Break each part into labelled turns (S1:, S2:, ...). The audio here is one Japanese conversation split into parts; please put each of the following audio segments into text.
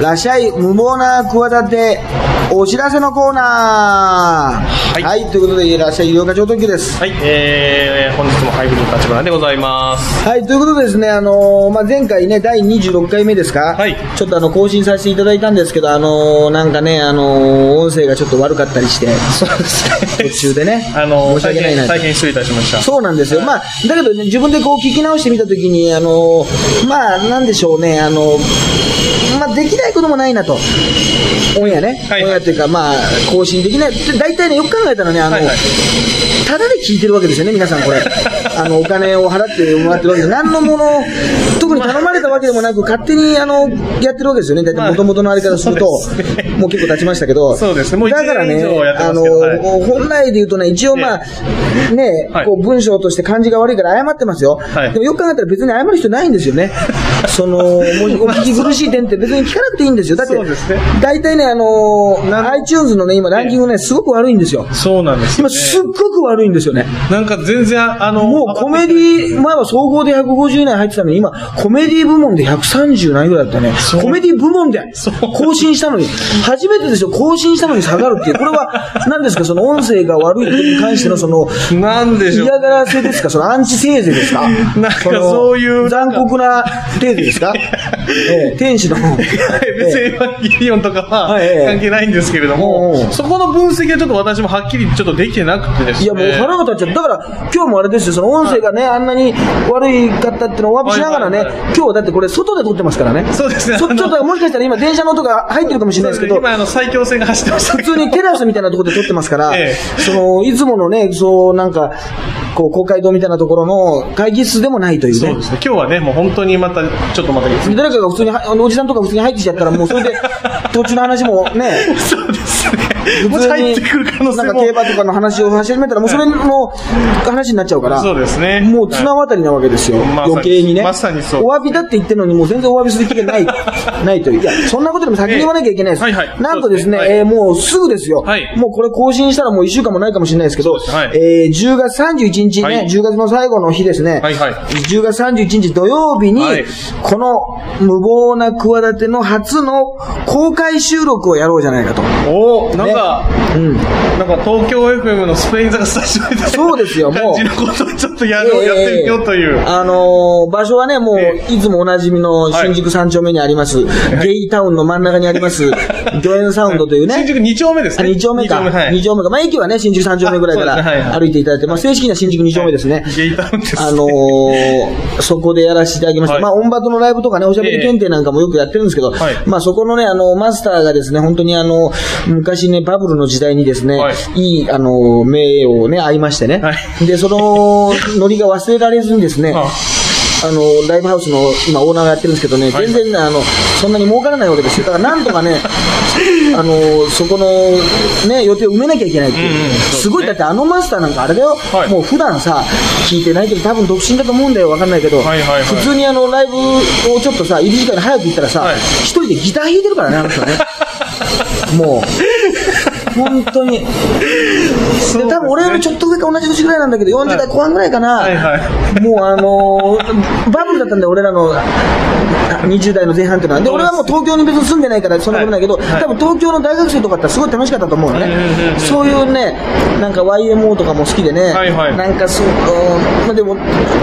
S1: ダシャい無謀な企て、お知らせのコーナー。はいということで、ラッシャい医療課長特急です。
S2: はい、えー、本日もハイブリッド立花でござい ます。
S1: はい、ということでですね、あのーまあ、前回ね、第26回目ですか、
S2: はい
S1: ちょっとあの更新させていただいたんですけど、あのーなんかね、あのー音声がちょっと悪かったりして、
S2: そうです、
S1: 途中でね
S2: あの、
S1: 申し
S2: 大
S1: 訳ない
S2: 変、
S1: な
S2: 大変失礼いたしました。
S1: そうなんですよ、まあ、だけどね、自分でこう聞き直してみたときに、あのーまあ、なんでしょうね、あのーまあ、できないこともないなと、オンエアね、
S2: はい
S1: オンエアというか、まあ、更新できない、で大体ね、よく考えたらね、あの
S2: はいはい
S1: ただで聞いてるわけですよね、皆さん、こ れ、あのお金を払ってもらってるわけで、何のもの、特に頼まれたわけでもなく、勝手にあのやってるわけですよね、大
S2: まあ
S1: 体、もともとのあれからすると、
S2: そうですね
S1: もう結構経ちましたけど、
S2: そうですねもう一
S1: だから
S2: 年
S1: ね
S2: 以上やっ、て
S1: あ
S2: ます
S1: の
S2: けどはい
S1: 本来で言うとね、一応まあ、ね、
S2: はい
S1: こう文章として漢字が悪いから謝ってますよ。
S2: はい
S1: でもよく考えたら別に謝る人ないんですよ ね。その、もうお聞き苦しい点って別に聞かなくていいんですよ。だって
S2: そうですね、
S1: 大体ね、あの
S2: なん
S1: iTunes のね、今ランキングね、すごく悪いんですよ。
S2: そうなんですよ
S1: 今
S2: ね、
S1: すっごく悪いんですよね。
S2: なんか全然、あの、
S1: もうコメディ、前は総合で150位以内入ってたのに、今、コメディ部門で130何位ぐらいだったね。
S2: そう
S1: コメディ部門で
S2: そう
S1: 更新したのに、初めてですよ、更新したのに下がるっていう。これは、何ですか、その音声が悪いことに関してのその、
S2: なんでしょう
S1: 嫌がらせですかそのアンチ政治ですか
S2: なんかそういう
S1: の残酷なテーゼですかええ天使の。
S2: 別にエヴァンゲリオンとかは
S1: はいはい
S2: 関係ないんですけれど
S1: おうお
S2: も
S1: う、
S2: そこの分析はちょっと私もはっきりちょっとできてなくてですね。
S1: いやもう腹が立っちゃった。だから今日もあれですよ、その音声がね、あんなに悪いかったってのをお詫びしながらね
S2: はいはいはい、
S1: 今日だってこれ外で撮ってますからね。
S2: そうですね
S1: そ
S2: あの
S1: ちょっともしかしたら今電車の音が入ってるかもしれないですけど、
S2: 今あの最強戦が走ってましたけ
S1: 普
S2: ど。
S1: 通にテラスみたいなところで撮ってますから、
S2: え
S1: その、いつものね、そうなんか、こう公会堂みたいなところの会議室でもないという
S2: そう
S1: ね
S2: で。すね。今日はね、もう本当にまた、ちょっとまたいいですね
S1: 誰かが普通に、あのおじさんとか普通に入ってきちゃったらもうそれ で、途中の話もね、
S2: そうですね。
S1: 普
S2: もし
S1: 通
S2: 入
S1: に
S2: ってくる可能性
S1: なんか
S2: も
S1: 競。馬とかの話を始めたらもうそれの話になっちゃうから。
S2: そうですね。
S1: もう綱渡りなわけですよ、
S2: まさに
S1: 余計にね、
S2: まさにそう
S1: お詫びだって言ってるのに、もう全然お詫びする気が ないないという、いや、そんなことでも先に言わなきゃいけないです、
S2: ええはいはい
S1: なんとですね、
S2: そうですね
S1: えーもうすぐですよ、
S2: はい
S1: もうこれ更新したらもう1週間もないかもしれないですけど、
S2: そうですはい
S1: えー10月31日ね、
S2: はい
S1: 10月の最後の日ですね、
S2: はいはい
S1: 10月31日土曜日に、
S2: はい
S1: この無謀な企ての初の公開収録をやろうじゃないかと。
S2: おおなんか、
S1: うん
S2: なんか東京 FM のスペイン座がスタジオみたいな
S1: そうですよもう
S2: 感じのことをちょっとやろう、やってみようという。
S1: ええあのー場所はね、もう、
S2: え
S1: いつもおなじみの新宿三丁目にあります、ゲイタウンの真ん中にあり ます、魚園サウンドという
S2: 新
S1: ね。
S2: 宿2丁目です
S1: あ
S2: ね。
S1: 二丁目か。
S2: 二はい。
S1: 二丁目か。まあ、駅はね、新宿三丁目ぐらいか
S2: あそうですねはいは
S1: ら
S2: い
S1: 歩いていただいて、まあ、正式には新宿二丁目ですね。
S2: ゲイタウンです、ね。
S1: あのーそこでやらせていただきました。
S2: はい
S1: まあ、オンバトのライブとかね、おしゃべり検定なんかもよくやってるんですけど、
S2: はい
S1: まあ、そこのね、あの、マスターがですね、本当にあの、昔ね、バブルの時代にですね、
S2: はい
S1: い、い、あの、名誉をね、合いましてね、
S2: は
S1: で、その、ノリが忘れられずにですね、
S2: は
S1: あの、ライブハウスの今オーナーがやってるんですけどね、
S2: はい
S1: 全然ね、あの、そんなに儲からないわけですよ。だからなんとか ね、あの、そこの、ね、予定を埋めなきゃいけないっていう。
S2: うんうんそうですね
S1: すごい、だってあのマスターなんかあれだよ、
S2: はい
S1: もう普段さ、聞いてないけど、多分独身だと思うんだよ、わかんないけど、
S2: はいはいはい
S1: 普通にあの、ライブをちょっとさ、入り時間に早く行ったらさ、
S2: はい
S1: 一人でギター弾いてるからね、あの 人ね。もう、本当に。
S2: そうです
S1: で
S2: ね
S1: 多分俺よりちょっと上か同じ年ぐらいなんだけど、40代後半ぐらいかな、
S2: はいはい
S1: もうあのーバブルだったんだよ、俺らのあ20代の前半っていうのは。で、俺はもう東京に別に住んでないから、そんなことないけど、
S2: はいはい
S1: 多分東京の大学生とかだってすごい楽しかったと思うのね、
S2: うんうんうん
S1: そういうね、なんか YMO とかも好きでね、
S2: はいはい
S1: なんかそう、うんまあ、でも、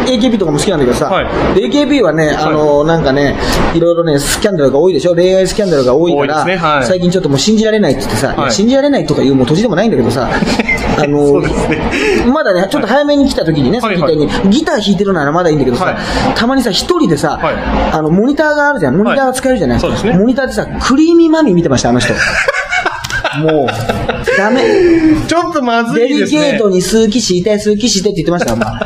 S1: AKB とかも好きなんだけどさ、
S2: はい
S1: で AKB はね、あのーなんかね、いろいろね、スキャンダルが多いでしょ、恋愛スキャンダルが多いから、
S2: 多いですねはい
S1: 最近ちょっともう信じられないって言ってさ、いや
S2: はい
S1: 信じられないとかいうもう年でもないんだけどさ、あのー
S2: そうですね
S1: まだね、ちょっと早めに来た時にね、さっ
S2: はい
S1: き言ったように、ギター弾いてるならまだいいんだけどさ、
S2: はい
S1: たまにさ、一人でさ、
S2: はい
S1: あの、モニターがあるじゃん。モニターが使えるじゃない、
S2: はいそうですね
S1: モニターでさ、クリーミーマミー見てました、あの 人。もう、ダメ。
S2: い。ちょっとまず
S1: デ
S2: いで
S1: リ
S2: すね。
S1: ケートに好きして、好きしてって言ってましたよ、 まあ、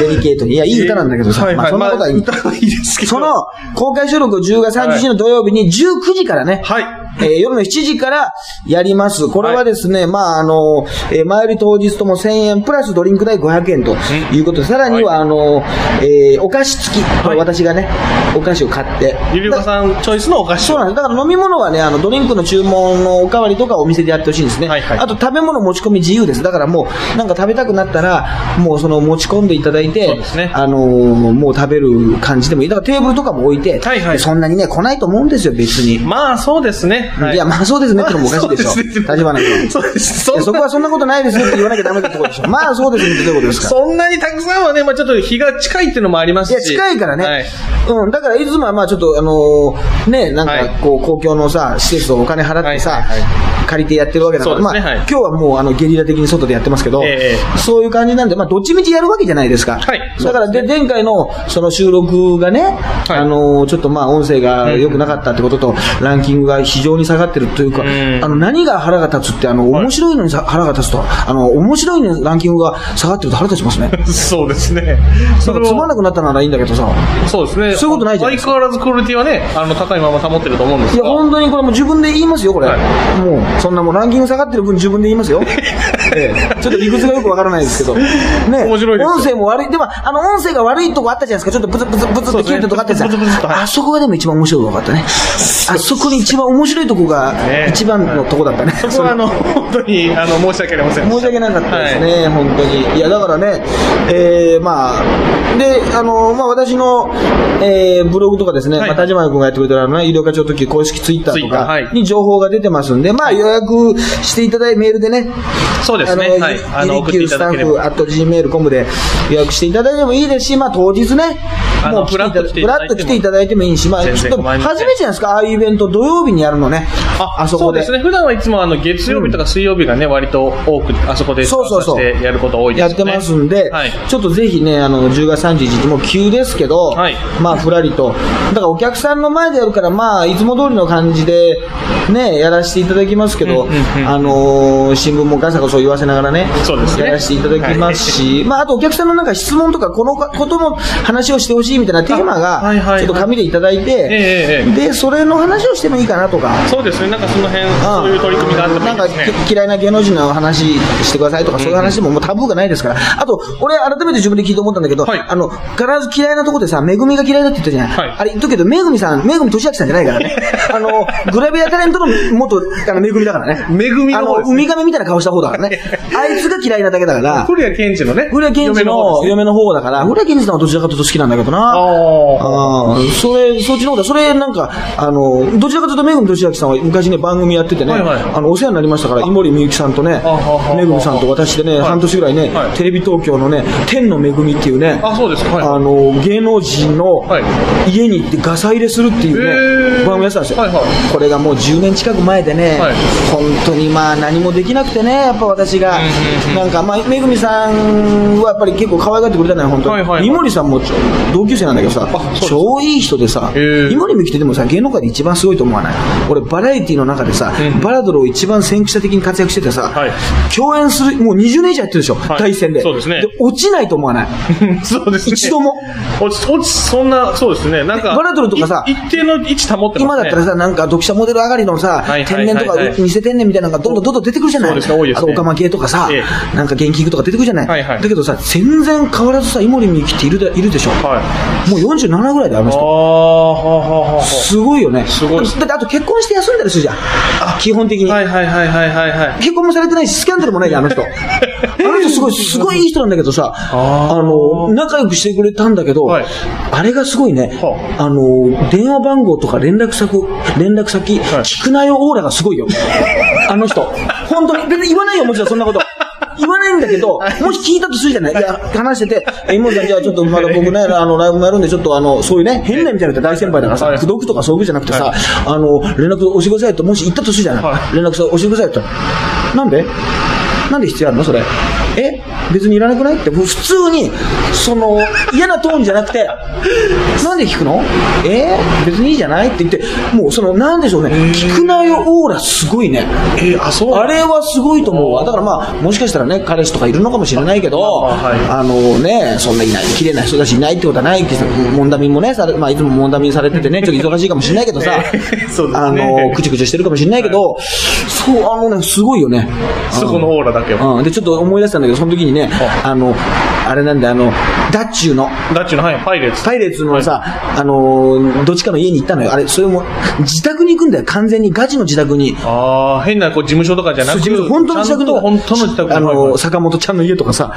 S1: デリケートに。いや、いい歌なんだけどさ、
S2: はい
S1: まあ、
S2: はい。
S1: そんなことはいい。
S2: まあ歌はいいですけど。
S1: その、公開収録を10月30日の土曜日に19時からね、
S2: はい。
S1: えー夜の7時からやります。これはですね、まあ、あの、えー前売り当日とも1000円、プラスドリンク代500円ということで、さらには、あの、えーお菓子付き、これ私がね、お菓子を買って。
S2: 指岡さんチョイスのお菓子
S1: そうなんです。だから飲み物はね、あの、ドリンクの注文のおかわりとかお店でやってほしいんですね。
S2: はいはい
S1: あと食べ物持ち込み自由です。だからもう、なんか食べたくなったら、もうその持ち込んでいただい
S2: そう
S1: て、
S2: ですね
S1: あのーもう食べる感じでもいい。だからテーブルとかも置いて、
S2: はいはい
S1: そんなにね、来ないと思うんですよ、別に。
S2: まあそうですね。はい
S1: や、まあそうですねってのもおかしいでしょ。
S2: そうすね
S1: 立花君。
S2: そうです。そん
S1: いや
S2: な
S1: そこはそんなことないですねって言わなきゃダメってとこでしょ。まあそうですねってどういうことですか
S2: そんなにたくさんはね、まあちょっと日が近いっていうのもあります
S1: いや、
S2: し。
S1: 近いからね。
S2: はい
S1: うん。だから、いつもは、まあ、ちょっと、あのーね、なん
S2: はい
S1: か、こう、公共のさ、施設をお金払って
S2: は
S1: さ
S2: いはいは、
S1: 借りてやってるわけだから、
S2: そ
S1: ま
S2: う
S1: あ、
S2: ですねはい
S1: 今日はもう、あの、ゲリラ的に外でやってますけど
S2: え、
S1: そういう感じなんで、まあ、どっちみちやるわけじゃないですか。
S2: はい
S1: だから、で、前回の、その収録がね、
S2: い
S1: あのーちょっと、まあ、音声が良くなかったってことと、ランキングが非常に下がってるというか
S2: うん、
S1: あの、何が腹が立つって、あの、面白いのにさ腹が立つと、あの、面白いのにランキングが下がってると腹立ちますね。
S2: そうですね。そ
S1: なん
S2: れ
S1: かつまん
S2: も、
S1: なくなったならいいんだけどさ。
S2: そうですね。
S1: そういうことないじゃないです
S2: 相変わらずクオリティはね、あの、高いまま保ってると思うんです
S1: い
S2: が。
S1: や、本当にこれもう自分で言いますよ、これ。
S2: はい
S1: もう、そんなもうランキング下がってる分自分で言いますよ。ええちょっと理屈がよくわからないですけど。ね。
S2: 面白いですよ
S1: 音声も悪い。でも、あの、音声が悪いとこあったじゃないですか。ちょっとブツブツブツ
S2: そ
S1: って
S2: うです
S1: 切
S2: ね
S1: れてるとこあったじゃない
S2: ブツ
S1: で
S2: ブ
S1: す
S2: ツブツ
S1: か。
S2: とはい
S1: あそこがでも一番面白いとこだったね。あそこに一番面白いとこが
S2: ね、
S1: 一番のとこだったね。
S2: そこはあの、本当に、あの、申し訳ありません。
S1: 申し訳なかったです
S2: はい。
S1: ね、本当に。いや、だからね、えー、まあ、で、あの、まあ、私の、えー、ブログとかですね、
S2: はい
S1: まあ、田島君がやってくれてるあのね、医療課長特急公式ツイッターと
S2: Twitter はい
S1: かに情報が出てますんで、まあ、予約していただいメールでね、
S2: そうですね。はい。
S1: あの、ゆ
S2: 送って
S1: り
S2: い
S1: きゅう
S2: た
S1: スタ
S2: だけ
S1: ッ
S2: れ
S1: フ、
S2: ば。
S1: アット Gmail.com で予約していただいてもいいですし、まあ、当日ね、
S2: あの
S1: もう来ていただ
S2: ふ
S1: ふら
S2: らっ
S1: っと
S2: と
S1: 来て
S2: 来て
S1: い
S2: い
S1: た
S2: た
S1: だいてもいいし、まあ、
S2: 全
S1: ちょ
S2: 然
S1: っと
S2: 構いません
S1: 初めてじゃないですか、ああいうイベント、土曜日にやるのね、あそこで。
S2: そうですね。普段はいつもあの、月曜日とか水曜日がね、割と多く、あそこで、
S1: そうそうそう
S2: やること多いで
S1: や
S2: す
S1: っ
S2: よ
S1: て
S2: ね。
S1: ますんで、
S2: はい。
S1: ちょっとぜひね、あの、10月31日、もう急ですけど、
S2: はい
S1: まあ、ふらりと。だからお客さんの前でやるから、まあ、いつも通りの感じで、ね、やらせていただきますけど、
S2: うんうんうん
S1: あのー新聞もガサガサ言わせながらね、
S2: そうですね
S1: やらせていただきますし、まあ、あとお客さんのなんか質問とか、このことも話をしてほしいみたいなテーマ
S2: あはいはいは
S1: が、
S2: い
S1: ちょっと紙でいただい
S2: ええ
S1: て、
S2: えええ
S1: で、それの話をしてもいいかなとか。
S2: え。そうですね。なんかその辺、
S1: ん
S2: そういう取り組みがあってもいいです
S1: なん
S2: ね。
S1: かき嫌いな芸能人の話してくださいとか、そういう話でももうタブーがないですから。あと、俺改めて自分で聞いて思ったんだけど、
S2: はい
S1: あの、必ず嫌いなとこでさ、めぐみが嫌いだって言ったじゃない。
S2: はい
S1: あれ言っとくけど、めぐみさん、めぐみとしあきさんじゃないから ね。あの、グラビアタレントの元、あの、めぐみだからね。
S2: めぐみ
S1: あ
S2: の
S1: の、
S2: 方です
S1: ウ
S2: ね。
S1: ミガメみたいな顔した方だから ね。あいつが嫌いなだけだから、
S2: 古谷健一のね。
S1: 古谷健一
S2: 嫁方
S1: の
S2: ですね
S1: 嫁の方だから、古谷健一さんはどちらかというと好きなんだけどな。
S2: ああ。
S1: ああ、それ、そっちの方だ。それ、なんか、あの、どちらかというと、めぐみとしあきさんは昔ね、番組やっててね、
S2: はいはい
S1: あの、お世話になりましたから、井森美幸さんとね
S2: あああ、あ
S1: めぐみさんと私でね、
S2: はい
S1: 半年ぐらいね、
S2: はい
S1: テレビ東京のね、天のめぐみっていうね、
S2: あ、そうですか。はい。
S1: あの、芸能人の
S2: はい
S1: 家に行ってガサ入れするっていう
S2: へ
S1: ね、
S2: ー
S1: 番組やってたんですよ
S2: はいはい。
S1: これがもう10年近く前でね
S2: はい、
S1: 本当にまあ何もできなくてね、やっぱ私が
S2: うんう、
S1: なんかまあ、めぐみさんはやっぱり結構可愛がってくれたのよ、本
S2: はいはい
S1: 当
S2: は
S1: に。
S2: い
S1: 井森さんも同級生なんだけどさ
S2: そうで、す
S1: 超いい人でさ、
S2: へー
S1: 井森美樹ってでもさ、芸能界で一番すごいと思わない俺、バラエティの中でさ
S2: うん、
S1: バラドルを一番先駆者的に活躍しててさ
S2: はい、
S1: 共演する、もう20年以上やってるでしょ、
S2: い
S1: 対戦で。
S2: そうですね
S1: 落ちないと思わ ない。
S2: そうですね。
S1: 一度も。
S2: 落ち、落ち、そんな、そうですね。なんか。
S1: バラドルとかさ
S2: い一定の位置保ってま
S1: 今
S2: す
S1: だ
S2: ね。
S1: ったらさ、なんか読者モデル上がりのさ
S2: はい、はい
S1: 天然とか
S2: はいはい
S1: 偽天然みたいなのがどんどんどんどん出てくるじゃない
S2: そうですね多いで
S1: あ
S2: す
S1: と
S2: ね
S1: オカマ系とかさ
S2: え、
S1: なんか元気とか出てくるじゃない
S2: はいはい
S1: だけどさ、全然変わらずさ、井森美幸っているでいるでしょ
S2: はい。
S1: もう47ぐらいであの
S2: あ
S1: 人。
S2: あ、はあはあはあ。
S1: すごいよね。
S2: すごいです
S1: だってあと結婚して休んだりするじゃん。基本的に。
S2: はいはいはいはいはいはい。
S1: 結婚もされてないし、スキャンダルもないじゃん、 あの人。あの人すごい、すごいいい人なんだけどさ、
S2: あ
S1: あ
S2: ー
S1: の、仲良くしてくれたんだけど、
S2: はい
S1: あれがすごいね
S2: は、
S1: あの、電話番号とか連絡先、連絡先、
S2: い
S1: 聞くなよオーラがすごいよ。あの人。本当に。別に言わないよ、もちろんそんなこと。言わないんだけど、もし聞いたとするじゃないいや、話してて、え、妹さん、じゃあちょっとま だ僕ね、あの、ライブもやるんで、ちょっとあの、そういうね、変なみたいなのって大先輩だからさ、
S2: はい
S1: 口説くとかそういうことじゃなくてさ、
S2: はい
S1: あの、連絡を押してくださいと、もし言ったとするじゃない、
S2: はい
S1: 連絡先教えてくださいと。なんでなんで必要あるのそれ。え別にいらなくないって、普通に、その、嫌なトーンじゃなくて、なんで聞くのえ別にいいじゃないって言って、もうその、なんでしょうね、聞くなよオーラすごいね。
S2: えー、あ、そう
S1: あれはすごいと思うわ。だからまあ、もしかしたらね、彼氏とかいるのかもしれないけど、
S2: あまあはい、
S1: あのね、そんないない、綺麗な人だしいないってことはないってさ、モンダミンもね、されまあ、いつもモンダミンされててね、ちょっと忙しいかもしれないけどさ
S2: そうですね
S1: あの、くちゅくちゅしてるかもしれないけど、そう、あのね、すごいよね。
S2: そこのオーラだけは。
S1: うん、で、ちょっと思い出したんだけど、その時にね、あの、あれなんで、あの、ダッチューの、
S2: ダッチの、はい、パイレーツ。
S1: パイレーツのさ、あのーどっちかの家に行ったのよ。あれ、それも、自宅に行くんだよ、完全に。ガチの自宅に。
S2: ああ、変なこう事務所とかじゃなく
S1: そう
S2: て、
S1: 本当の自
S2: ちゃ
S1: 宅
S2: んと本当の自宅
S1: あ
S2: はいはい
S1: の、坂本ちゃんの家とかさ、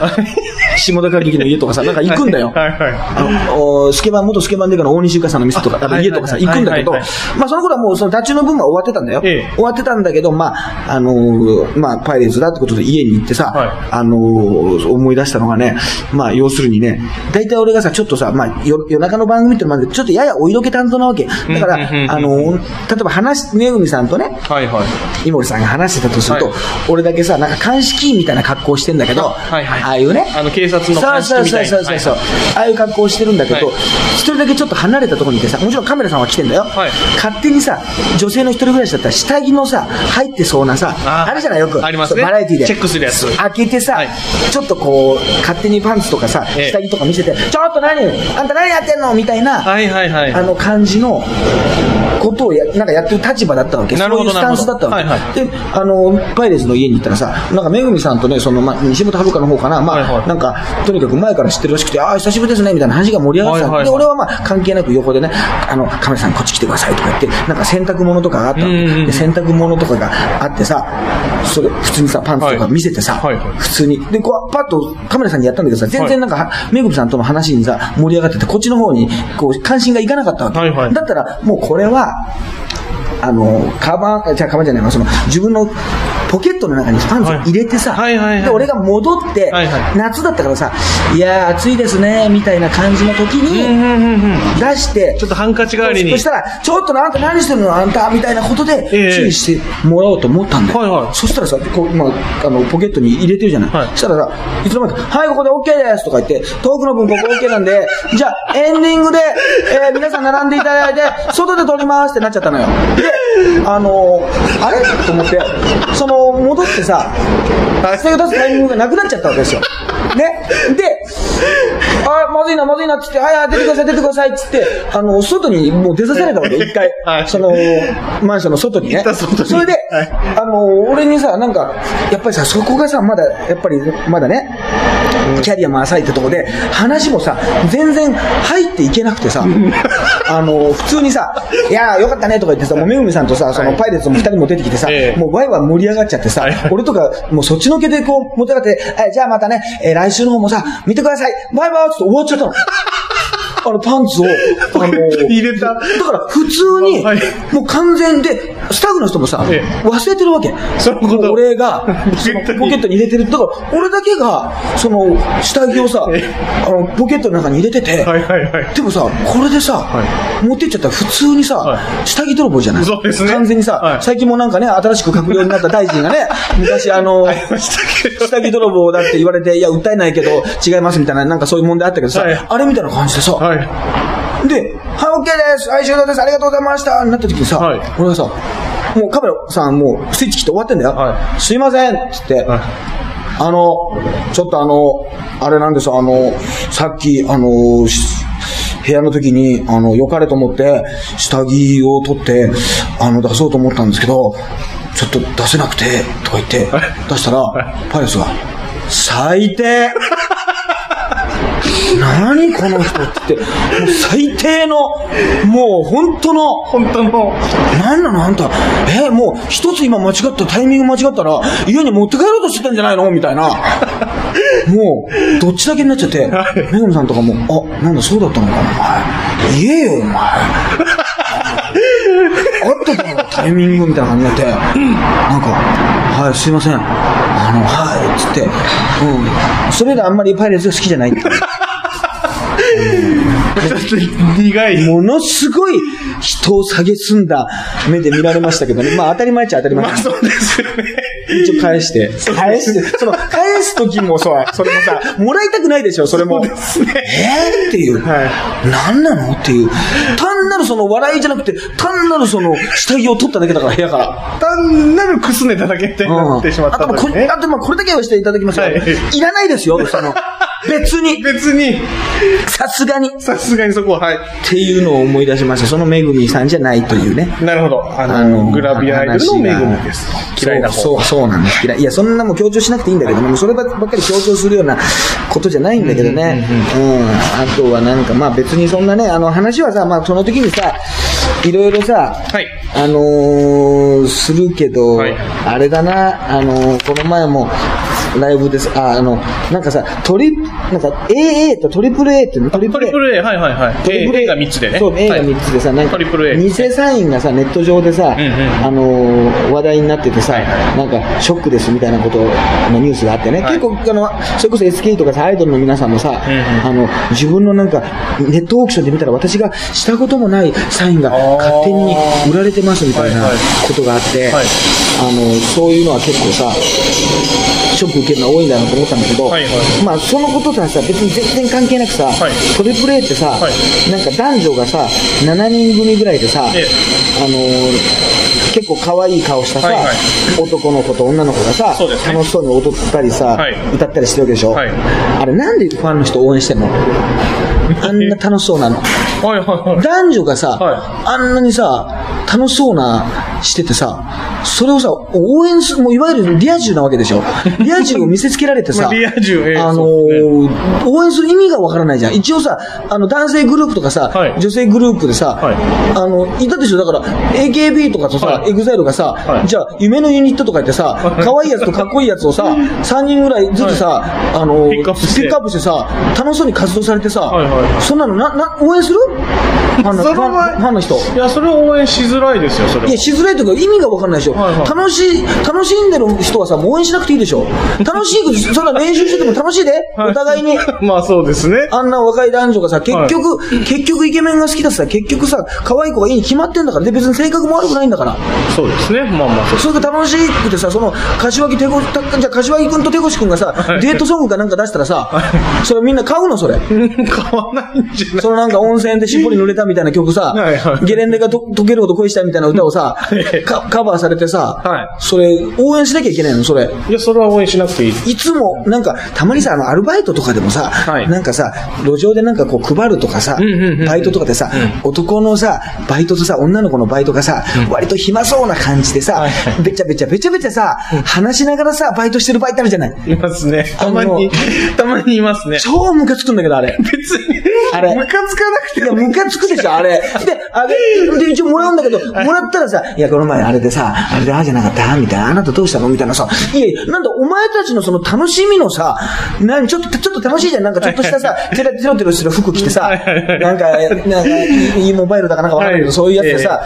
S1: 下田景樹の家とかさ、なんか行くんだよ。
S2: はいはいはい
S1: あの、おスケバン、元スケバンデカの大西ゆかさんの店とか、
S2: あ
S1: あの家とかさ、
S2: はい
S1: 行
S2: はい
S1: くんだけど、
S2: はい
S1: ま
S2: はい
S1: あその頃はもう、その、立ちの分は終わってたんだよ。
S2: ええ
S1: 終わってたんだけど、まあ、あのー、まあ、パイレーツだってことで家に行ってさ
S2: はい、
S1: あのー、思い出したのがね、まあ、要するにね、大体俺がさ、ちょっとさ、まあ、よ夜中の番組ってのもあるんで、ちょっとややお色気担当なわけ。だか
S2: うんうんうんうん
S1: ら、あのー、例えば話、めぐみさんとね、
S2: はいはい。
S1: 井森さんが話してたとすると、
S2: はい
S1: 俺だけさなんか鑑識員みたいな格好してんだけど、
S2: はいはい
S1: ああいうね
S2: あの警察の鑑識みたいな
S1: そうそうそうそうそう、
S2: はい
S1: ああいう格好してるんだけど、
S2: はい
S1: 一人だけちょっと離れたところにいてさもちろんカメラさんは来てんだよ、
S2: はい
S1: 勝手にさ女性の一人暮らしだったら下着のさ入ってそうなさ
S2: あ
S1: あ
S2: ー
S1: るじゃないよく
S2: ありますね
S1: そうバラエティで
S2: チェックするやつ
S1: 開けてさ、
S2: はい
S1: ちょっとこう勝手にパンツとかさ
S2: ええ
S1: 下着とか見せて、ちょっと何あんた何やってんのみたいな、
S2: はいはいはい。
S1: あの感じのことをやなんかやってる立場だったわけ
S2: なる
S1: そ
S2: ほ
S1: ういう
S2: ど
S1: スタンスだったわけ、
S2: なるほ
S1: であのパイレーツの家に行ったらさなんかめぐみさんとねその、まあ、西本遥の方かな、まあ
S2: はいはい
S1: なんかとにかく前から知ってるらしくてああ久しぶりですねみたいな話が盛り上がってたの、
S2: はいはいはい
S1: で俺はまあ関係なく横でねあのカメラさんこっち来てくださいとか言ってなんか洗濯物とかがあったの、
S2: うんうんうん
S1: で洗濯物とかがあってさそれ普通にさパンツとか見せてさ、
S2: はいはいはい
S1: 普通にでこうパッとカメラさんにやったんだけどさ全然なんか、はめぐみさんとの話にさ盛り上がっててこっちの方にこう関心がいかなかったわけ
S2: はいはい
S1: だったら、もうこれは、あの、カバン、じゃあカバンじゃないわその、自分のポケットの中にパンツを入れてさ、
S2: はいはいはいはい
S1: で、俺が戻って、
S2: はいはい
S1: 夏だったからさ、いやー暑いですね、みたいな感じの時
S2: うん
S1: に、
S2: うんうんうん。
S1: 出して、
S2: ちょっとハンカチ代わりに。
S1: そしたら、ちょっとあんた何してるのあんたみたいなことで、
S2: ええ
S1: 注意してもらおうと思ったんだよ。
S2: はいはい
S1: そしたらさ、こう、まあ、あの、ポケットに入れてるじゃない。
S2: はい
S1: そしたらさ、いつの間にか、はい、ここで OK ですとか言って、トークの分ここ OK なんで、じゃあ、エンディングで、えー皆さん並んでいただいて、外で撮りますってなっちゃったのよ。で、あのーあれと思って、その、戻ってさ、手を出すタイミングがなくなっちゃったわけですよ。ね。で、あ、まずいな、まずいなっつって、はいはい、出てください、出てくださいっつって、あの、外にもう出させられたわけ、一回。
S2: はい
S1: その、マンションの外にね。
S2: た外に
S1: それで、
S2: はい
S1: あの、俺にさ、なんか、やっぱりさ、そこがさ、まだ、やっぱり、まだね、キャリアも浅いってとこで、話もさ、全然入っていけなくて さ、あの、普通にさ、いやーよかったねとか言ってさ、もうめぐみさんとさ、そのパイレーツの二人も出てきてさ
S2: え、え
S1: もうワイワイ盛り上がっちゃってさ
S2: はい、
S1: 俺とか、もうそっちのけでこう、持って上がって、えじゃあまたね、え来週の方もさ、見てください、バイバイっつって終わっちゃった の。あの、パンツを、あの、
S2: 入れた
S1: だから、普通に
S2: はい、
S1: もう完全で、スタッフの人もさ、
S2: ええ
S1: 忘れてるわけ。
S2: そのこと
S1: もう俺が、
S2: ポケ
S1: その
S2: ットに
S1: ポケットに入れてる。だから、俺だけが、その、下着をさ、
S2: ええ
S1: あの、ポケットの中に入れてて、
S2: はいはいはい。
S1: でもさ、これでさ、
S2: は
S1: 持ってっちゃったら普通にさ、
S2: は
S1: 下着泥棒じゃない
S2: そうですね
S1: 完全にさ、
S2: はい
S1: 最近もなんかね、新しく閣僚になった大臣が ね、昔あの、
S2: したけど
S1: 下着泥棒だって言われて、いや、訴えないけど、違いますみたいな、なんかそういう問題あったけどさ、
S2: はい
S1: あれみたいな感じでさ、
S2: はい。
S1: で、はい、OK です、はい、終了です、ありがとうございましたになった時にさ、
S2: はい
S1: 俺がさ、もうカメラさん、もうスイッチ切って終わってんだよ。
S2: は
S1: すいませんっつって、
S2: はい
S1: あの、ちょっとあの、あれなんですよ、あの、さっき、あの、し部屋の時に、あの、良かれと思って、下着を取って、あの、出そうと思ったんですけど、ちょっと出せなくて、とか言って、出したら、パイレスが、最低何この人って、もう最低の、もう本当の、
S2: 本当の。
S1: なんなのあんた、え、もう一つ今間違った、タイミング間違ったら、家に持って帰ろうとしてたんじゃないのみたいな。もう、どっちだけになっちゃって、めぐみさんとかも、あ、なんだ、そうだったのかな、お前。言えよ、お前。あっただろ、タイミングみたいな感じになって、なんか、はい、すいません。あの、はい、つって、うん。それであんまりパイレーツが好きじゃないっていう。
S2: ちょっと苦い。
S1: ものすごい人を下げすんだ目で見られましたけどね。まあ当たり前っちゃ当たり前。
S2: まあそうですよね。
S1: 一応返して。返して。その、返す時もそう、それもさ、もらいたくないでしょ、それも。
S2: そうですね
S1: えーっていう。
S2: は
S1: 何なのっていう。単なるその笑いじゃなくて、単なるその下着を取っただけだから、部屋から。
S2: 単なるクスネタだけみたいに
S1: うん
S2: なってしまっ
S1: あと
S2: たん
S1: まあ
S2: だ
S1: こ
S2: よ
S1: れ、
S2: ね
S1: あ。とまあこれだけはしていただきましょう。、
S2: はいい
S1: らないですよ、 その、別に、
S2: 別に、
S1: さすがに。っ
S2: さすがにそこは、はい。
S1: ていうのを思い出しました。そのめぐみさんじゃないというね。
S2: なるほど。あの、
S1: あの
S2: グラビアアイドルのめぐみです。
S1: 話が
S2: 嫌いな方。
S1: そう、そう、そうなんです。嫌い。いや、そんなもう強調しなくていいんだけどね、もうそればっかり強調するようなことじゃないんだけどね。うん。あとはなんか、まあ別にそんなね、あの話はさ、まあその時にさ、いろいろさ、
S2: はい
S1: あのーするけど、
S2: はい
S1: あれだな、あのーこの前も、ライブです。あ、あの、なんかさ、トリ、なんか AA とトリプル A っていうのトリプ
S2: ト
S1: ル
S2: リ
S1: A
S2: プ。ル A、はいはいはい。
S1: トリプル
S2: A が3つでね。
S1: そう、A が
S2: はい
S1: 3つでさ、なんか、
S2: トリプル A
S1: 偽サインがさ、ネット上でさ、
S2: んうん
S1: あのー、話題になっててさ、なんか、ショックですみたいなことのニュースがあってね、
S2: は
S1: 結
S2: い
S1: 構、あの、それこそ SK とかさ、アイドルの皆さんもさ、
S2: んうん
S1: あの、自分のなんか、ネットオークションで見たら私がしたこともないサインが
S2: あー
S1: 勝手に売られてますみたいな
S2: はいはい
S1: ことがあって、
S2: はい
S1: あの、そういうのは結構さ、ショック受けるのは多いんだなと思ったんだけど、
S2: はいはい
S1: まあ、そのこととはさ、別に全然関係なくさ、
S2: はい
S1: トリプル A ってさ、
S2: はい
S1: なんか男女がさ、7人組ぐらいでさ、
S2: ええ
S1: あのー結構可愛い顔したさ、
S2: はいはい
S1: 男の子と女の子がさ、
S2: そうですね
S1: 楽しそうに踊ったりさ、
S2: はい
S1: 歌ったりしてるわけでしょ、
S2: はい
S1: あれなんでファンの人応援してんのあんな楽しそうなの。
S2: はいはいはい。
S1: 男女がさ、
S2: は
S1: あんなにさ、楽しそうなしててさ、それをさ、応援する、もういわゆるリア充なわけでしょ。リア充を見せつけられてさ、
S2: まあリア充ええ
S1: あの
S2: そうです
S1: ー応援する意味がわからないじゃん。一応さ、あの、男性グループとかさ、
S2: はい
S1: 女性グループでさ、
S2: はい
S1: あの、いたでしょ。だから、AKB とかとさ、
S2: はい
S1: EXILE がさ、
S2: はい
S1: じゃあ、夢のユニットとか言ってさ、可愛いやつとかっこいいやつをさ、3人ぐらいずつさ、あのー
S2: ピックアップして
S1: ピックアップしてさ、楽しそうに活動されてさ、
S2: はいはいはい
S1: そんなの、な、な、応援するファンの
S2: そ
S1: フ
S2: の
S1: ァン
S2: 前
S1: ファンの人。
S2: いや、それ応援しづらいですよ、それはい
S1: や、。しづらいというか意味がわかんないでしょ。
S2: はいはい
S1: 楽しい、楽しんでる人はさ、もう応援しなくていいでしょ。楽しいこと、そんな練習してても楽しいで、お互いに。
S2: まあそうですね。
S1: あんな若い男女がさ、結局、結局イケメンが好きだしさ、結局さ、可愛い子がいいに決まってんだから、で別に性格も悪くないんだから。
S2: そうですね。まあまあそう。
S1: それが楽しくてさ、その、柏木手越、たじゃあ柏木くんと手越くんがさ、デートソングかなんか出したらさ、それみんな買うのそれ。
S2: 買わないんじゃない
S1: そのなんか温泉でしっぽり濡れたみたいな曲さ
S2: はいは、い
S1: ゲレンデがと溶けるほど恋したみたいな歌をさ
S2: い、
S1: カカバーされて
S2: はい
S1: さ、それ、応援しなきゃいけないのそれ。
S2: いや、それは応援しなくていい。
S1: いつも、なんか、たまにさ、あの、アルバイトとかでもさ、
S2: はい
S1: なんかさ、路上でなんかこう配るとかさ、
S2: んうんうんうん
S1: バイトとかでさ、男のさ、バイトとさ、女の子のバイトがさ、割と暇そうな感じでさ
S2: はいは、
S1: べちゃべちゃべちゃべちゃさ、話しながらさ、バイトしてる場合ってあるじゃない。
S2: いますね。
S1: あ
S2: た
S1: の
S2: まに、たまにいますね。
S1: 超ムカつくんだけど、あれ。
S2: 別に、
S1: あれ
S2: ムカつかなく
S1: い
S2: て
S1: や、
S2: も。
S1: ムカつくでしょ、あれ。で、あれ、で、一応もらうんだけど、もらったらさ、いや、この前あれでさ、あれでああじゃなかったみたいな、あなたどうしたのみたいなさ、いやいや、なんだ、お前たちのその楽しみのさ、なん、ちょっと、ちょっと楽しいじゃん。なんかちょっとしたさ、テラテロテロしてる服着てさ、
S2: はいはい
S1: なんか、なんか、いいモバイルだかなんかわかんないけ
S2: は
S1: ど、
S2: い
S1: そういうやつでさ、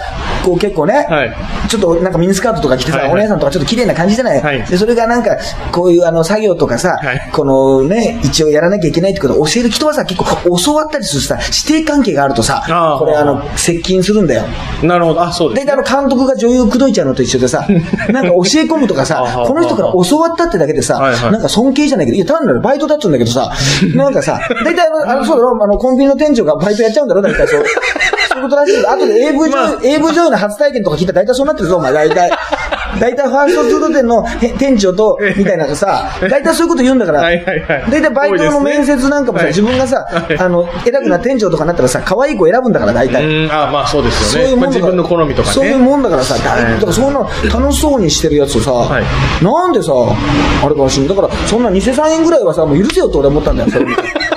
S1: こう結構ね
S2: はい、
S1: ちょっとなんかミニスカートとか着て
S2: はい
S1: さ、
S2: はい
S1: お姉さんとかちょっと綺麗な感じじゃな
S2: はい
S1: いで、それがなんか、こういうあの、作業とかさ
S2: はい、
S1: このね、一応やらなきゃいけないってことを教える人はさ、結構教わったりするさ、師弟関係があるとさ
S2: あ、ー
S1: これあの、接近するんだよ。
S2: なるほど。あ、そうです。
S1: で、あの、監督が女優口説いちゃうのと一緒で さ、なんか教え込むとか
S2: あ
S1: さ
S2: は、は
S1: この人から教わったってだけでさ、
S2: はいはい
S1: なんか尊敬じゃないけど、いや、単なるバイトだったんだけど さ、なんかさ、大体あの、あのそうだろ、あの、コンビニの店長がバイトやっちゃうんだろ、大体そう。そういうことらしいけど、あとで AV 女優、
S2: まあ
S1: AV 女優の初体験とか聞いたら大体そうなってるぞ、お前、大体。大体ファーストフード店のへ店長と、みたいなさ、大体そういうこと言うんだから、
S2: はいはいはい
S1: 大体バイトの
S2: 多いです
S1: 面
S2: ね
S1: 接なんかもさ、
S2: はい
S1: 自分がさ、
S2: はい
S1: あの、偉くな店長とかになったらさ、可愛い子選ぶんだから、大体。
S2: うん、あ、まあそうです
S1: そう
S2: よ
S1: い
S2: ね。
S1: うも
S2: まあ
S1: んだ
S2: 自
S1: から
S2: 分の好みとかね。
S1: そういうもんだからさ、だいだからそんな楽しそうにしてるやつをさ、
S2: い
S1: なんでさ、あれかもしんないだから、そんな偽3円ぐらいはさ、もう許せよって俺思ったんだよ、それ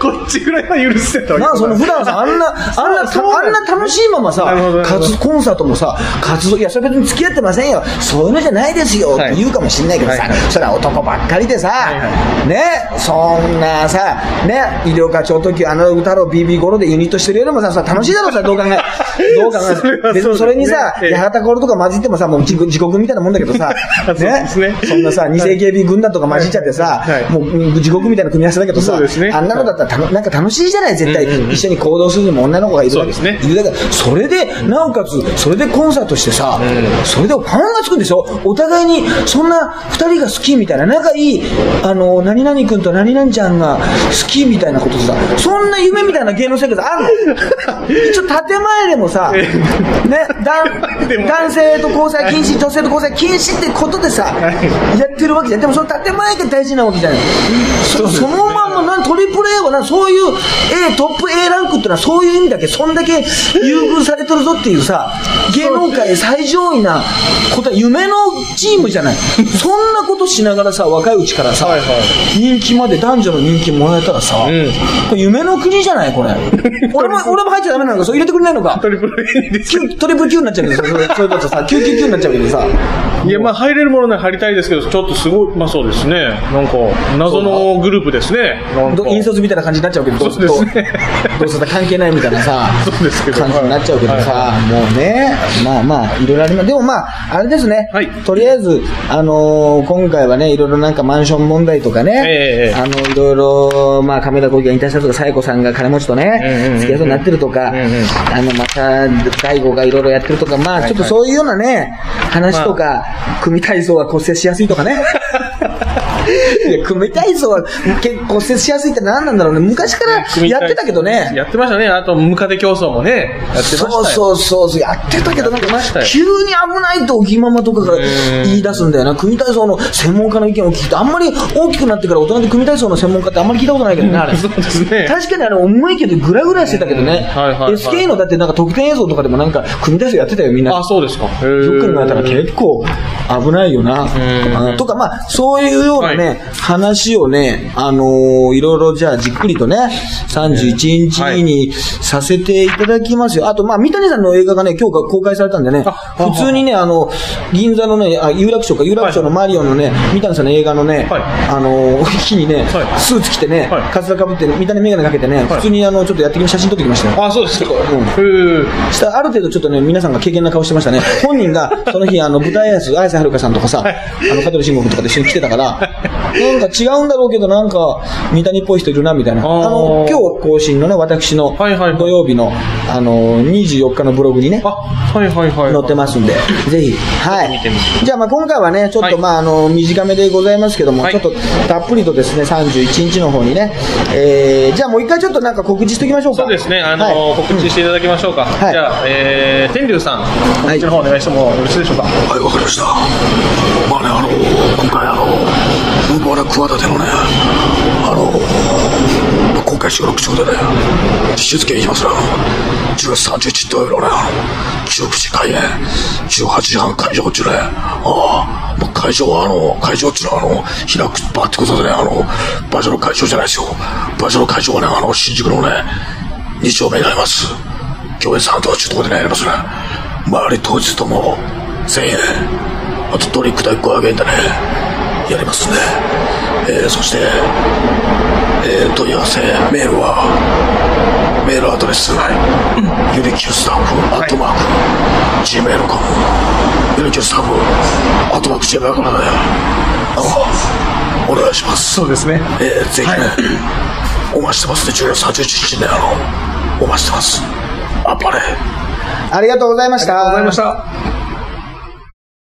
S2: こっちぐらいは許してたわけ
S1: なあ、その 普段さ、あんな、あんな、
S2: そうな
S1: あ
S2: ん
S1: ん
S2: だ
S1: な楽しいままさ
S2: なるほど、なるほど
S1: 活コンサートもさ、活動、いや、それ別に付き合ってませんよ、そういうのじゃないですよ、
S2: はい
S1: って言うかもしんないけどさ、
S2: はいはい
S1: それは男ばっかりでさ、
S2: いは
S1: ね、そんなさ、ね、医療課長時、アナログ太郎 BB ゴロでユニットしてるよりもさ、さ楽しいだろ、さ、どう考 え、どう考
S2: それはそうです
S1: え、
S2: ね
S1: 別にそれにさ、
S2: ええ、
S1: 八幡ゴロとか混じってもさ、もう地獄地獄みたいなもんだけどさ
S2: そうですね
S1: そんなさ、偽 AKB 軍団とか混じっちゃってさ
S2: はい、
S1: もう地獄みたいな組み合わせだけどさ
S2: そうですね、
S1: あんなのだったらたのなんか楽しいじゃない絶対、
S2: うんうんうん
S1: 一緒に行動するにも女の子がいるわけ
S2: そうですね
S1: いるだけそれでなおかつそれでコンサートしてさ、それでファンがつくんでしょお互いにそんな2人が好きみたいな仲いいあの何々君と何々ちゃんが好きみたいなことさそんな夢みたいな芸能生活ある の一応建前でもさ、ね、
S2: でも
S1: 男男性と交際禁止女性と交際禁止ってことでさ、やってるわけじゃんでもその建前が大事なわけじゃないそそのまんまなんトリプル A はなそういう A トップ A ランクってのはそういう意味だけそんだけ優遇されてるぞっていうさ芸能界最上位なことは夢のチームじゃないそんなことしながらさ若いうちからさ、
S2: はいはい
S1: 人気まで男女の人気もらえたらさ、
S2: ん
S1: これ夢の国じゃないこ れ俺も俺も入っちゃダメなのかそう入れてくれないのか
S2: トリプル A です。
S1: 9トリプル9になっちゃうけど、それそれだとさ、999になっちゃうけどさ、
S2: いや、まあ、入れるものなら入りたいですけど、ちょっとすごい、まあそうですね。なんか、謎のグループですね。なんか
S1: ど引率みたいな感じになっちゃうけど、どうすると、
S2: そうですね
S1: どうせ関係ないみたいなさ、
S2: そうですけど
S1: 感じになっちゃうけどさ、もうね、まあまあ、いろいろあります。でもまあ、あれですね、
S2: はい
S1: とりあえず、あのー今回はね、いろいろなんかマンション問題とかね、
S2: ええ
S1: あの、いろいろ、まあ、亀田光輝が引退したとか、冴子さんが金持ちと
S2: うんうんうんう
S1: ね
S2: ん、
S1: 付き合いそうになってるとか、
S2: うんうん
S1: あの、また、大悟がいろいろやってるとか、まあ、ちょっとそういうようなね、話とか、組体操が骨折しやすいとか ね。いや、組体操は結構骨折しやすいって何なんだろうね。昔からやってたけどね。
S2: やってましたね。あと、ムカデ競争もね、やってましたよ。
S1: そうそうそうそう、やってたけど、なんか
S2: ました、よ
S1: 急に危ないと沖ママとかが言い出すんだよな。組体操の専門家の意見を聞くと、あんまり大きくなってから大人で組体操の専門家ってあんまり聞いたことないけどね、あれ。
S2: そうですね。
S1: 確かにあれ重いけどグラグラしてたけどね、
S2: うんはいはいはい
S1: SK のだってなんか特典映像とかでもなんか組体操やってたよみんな
S2: あ、そうですか。よ
S1: よく考えたら結構危ないよな。
S2: ん
S1: あとか、まあ、そういうようなね、
S2: はい
S1: 話をね、あのーいろいろじゃあじっくりとね、31日にさせていただきますよ。あと、まあ、三谷さんの映画がね、今日が公開されたんでね、
S2: あ
S1: 普通にね、あの、銀座のね、あ、有楽町か、有楽町のマリオのね、三谷さんの映画のね、
S2: はい
S1: あのー 日にね、
S2: はい
S1: スーツ着てね、
S2: はい
S1: カツラかぶって、三谷眼鏡かけてね、普通にあの、ちょっとやってきま写真撮ってきましたよ。
S2: あ、そうです
S1: ん
S2: か。うん。
S1: したある程度ちょっとね、皆さんが軽減な顔してましたね。本人が、その日、あの、舞台挨拶、綾瀬はるかさんとかさ、あの、香取慎吾君とかと一緒に来てたから、なんか違うんだろうけど、なんか、三谷っぽい人いるな、みたいな。あ
S2: あー
S1: の、今日更新のね、私の、
S2: はいはいはい
S1: 土曜日の、あの、24日のブログにね
S2: あ、、はいはいはい。
S1: 載ってますんで、ぜひ。は
S2: 見てみ
S1: い。じゃあ、まあ今回はね、ちょっ
S2: は
S1: と、
S2: い
S1: まああの、短めでございますけども、
S2: はい
S1: ちょっと、たっぷりとですね、31日の方にね、えー、じゃあもう一回ちょっとなんか告知しておきましょうか。
S2: そうですね、あの
S1: はい
S2: 告知していただきましょうか。
S1: い
S2: じゃあ、えー、天竜さん、こ
S1: い
S2: っちの方お願いしてもよろしいでしょうか。
S3: はい、わかりました。まあね、あの、今回あの、無謀な企てのね、あの、まあ公開収録中でね、実質券いきますよ。10月31日土曜日のね、19時開演、18時半会場中ね、ああ、まあ、会場はあの、会場っていうのはあの、開く場ってことでね、あの、場所の会場じゃないですよ。場所の会場はね、あの、新宿のね、2丁目になります。共演さんとはちょっとこでね、やりますね。周り当日とも1000円。あとドリンク代500円でね、やりますね。えー、そして、えー、問い合わせ、メールは、メールアドレス、ゆりきゅうスタッフ、アットマーク、gmail.com、ゆりきゅうスタッフ、アットマーク、gmail.com だよ。あの、お願いします。
S2: そうですね。
S3: えー、ぜひね、お待ちしてますね、10月31日ね、あの、お待ちしてます。あっぱれ。
S1: ありがとうございました。
S2: ありがとうございました。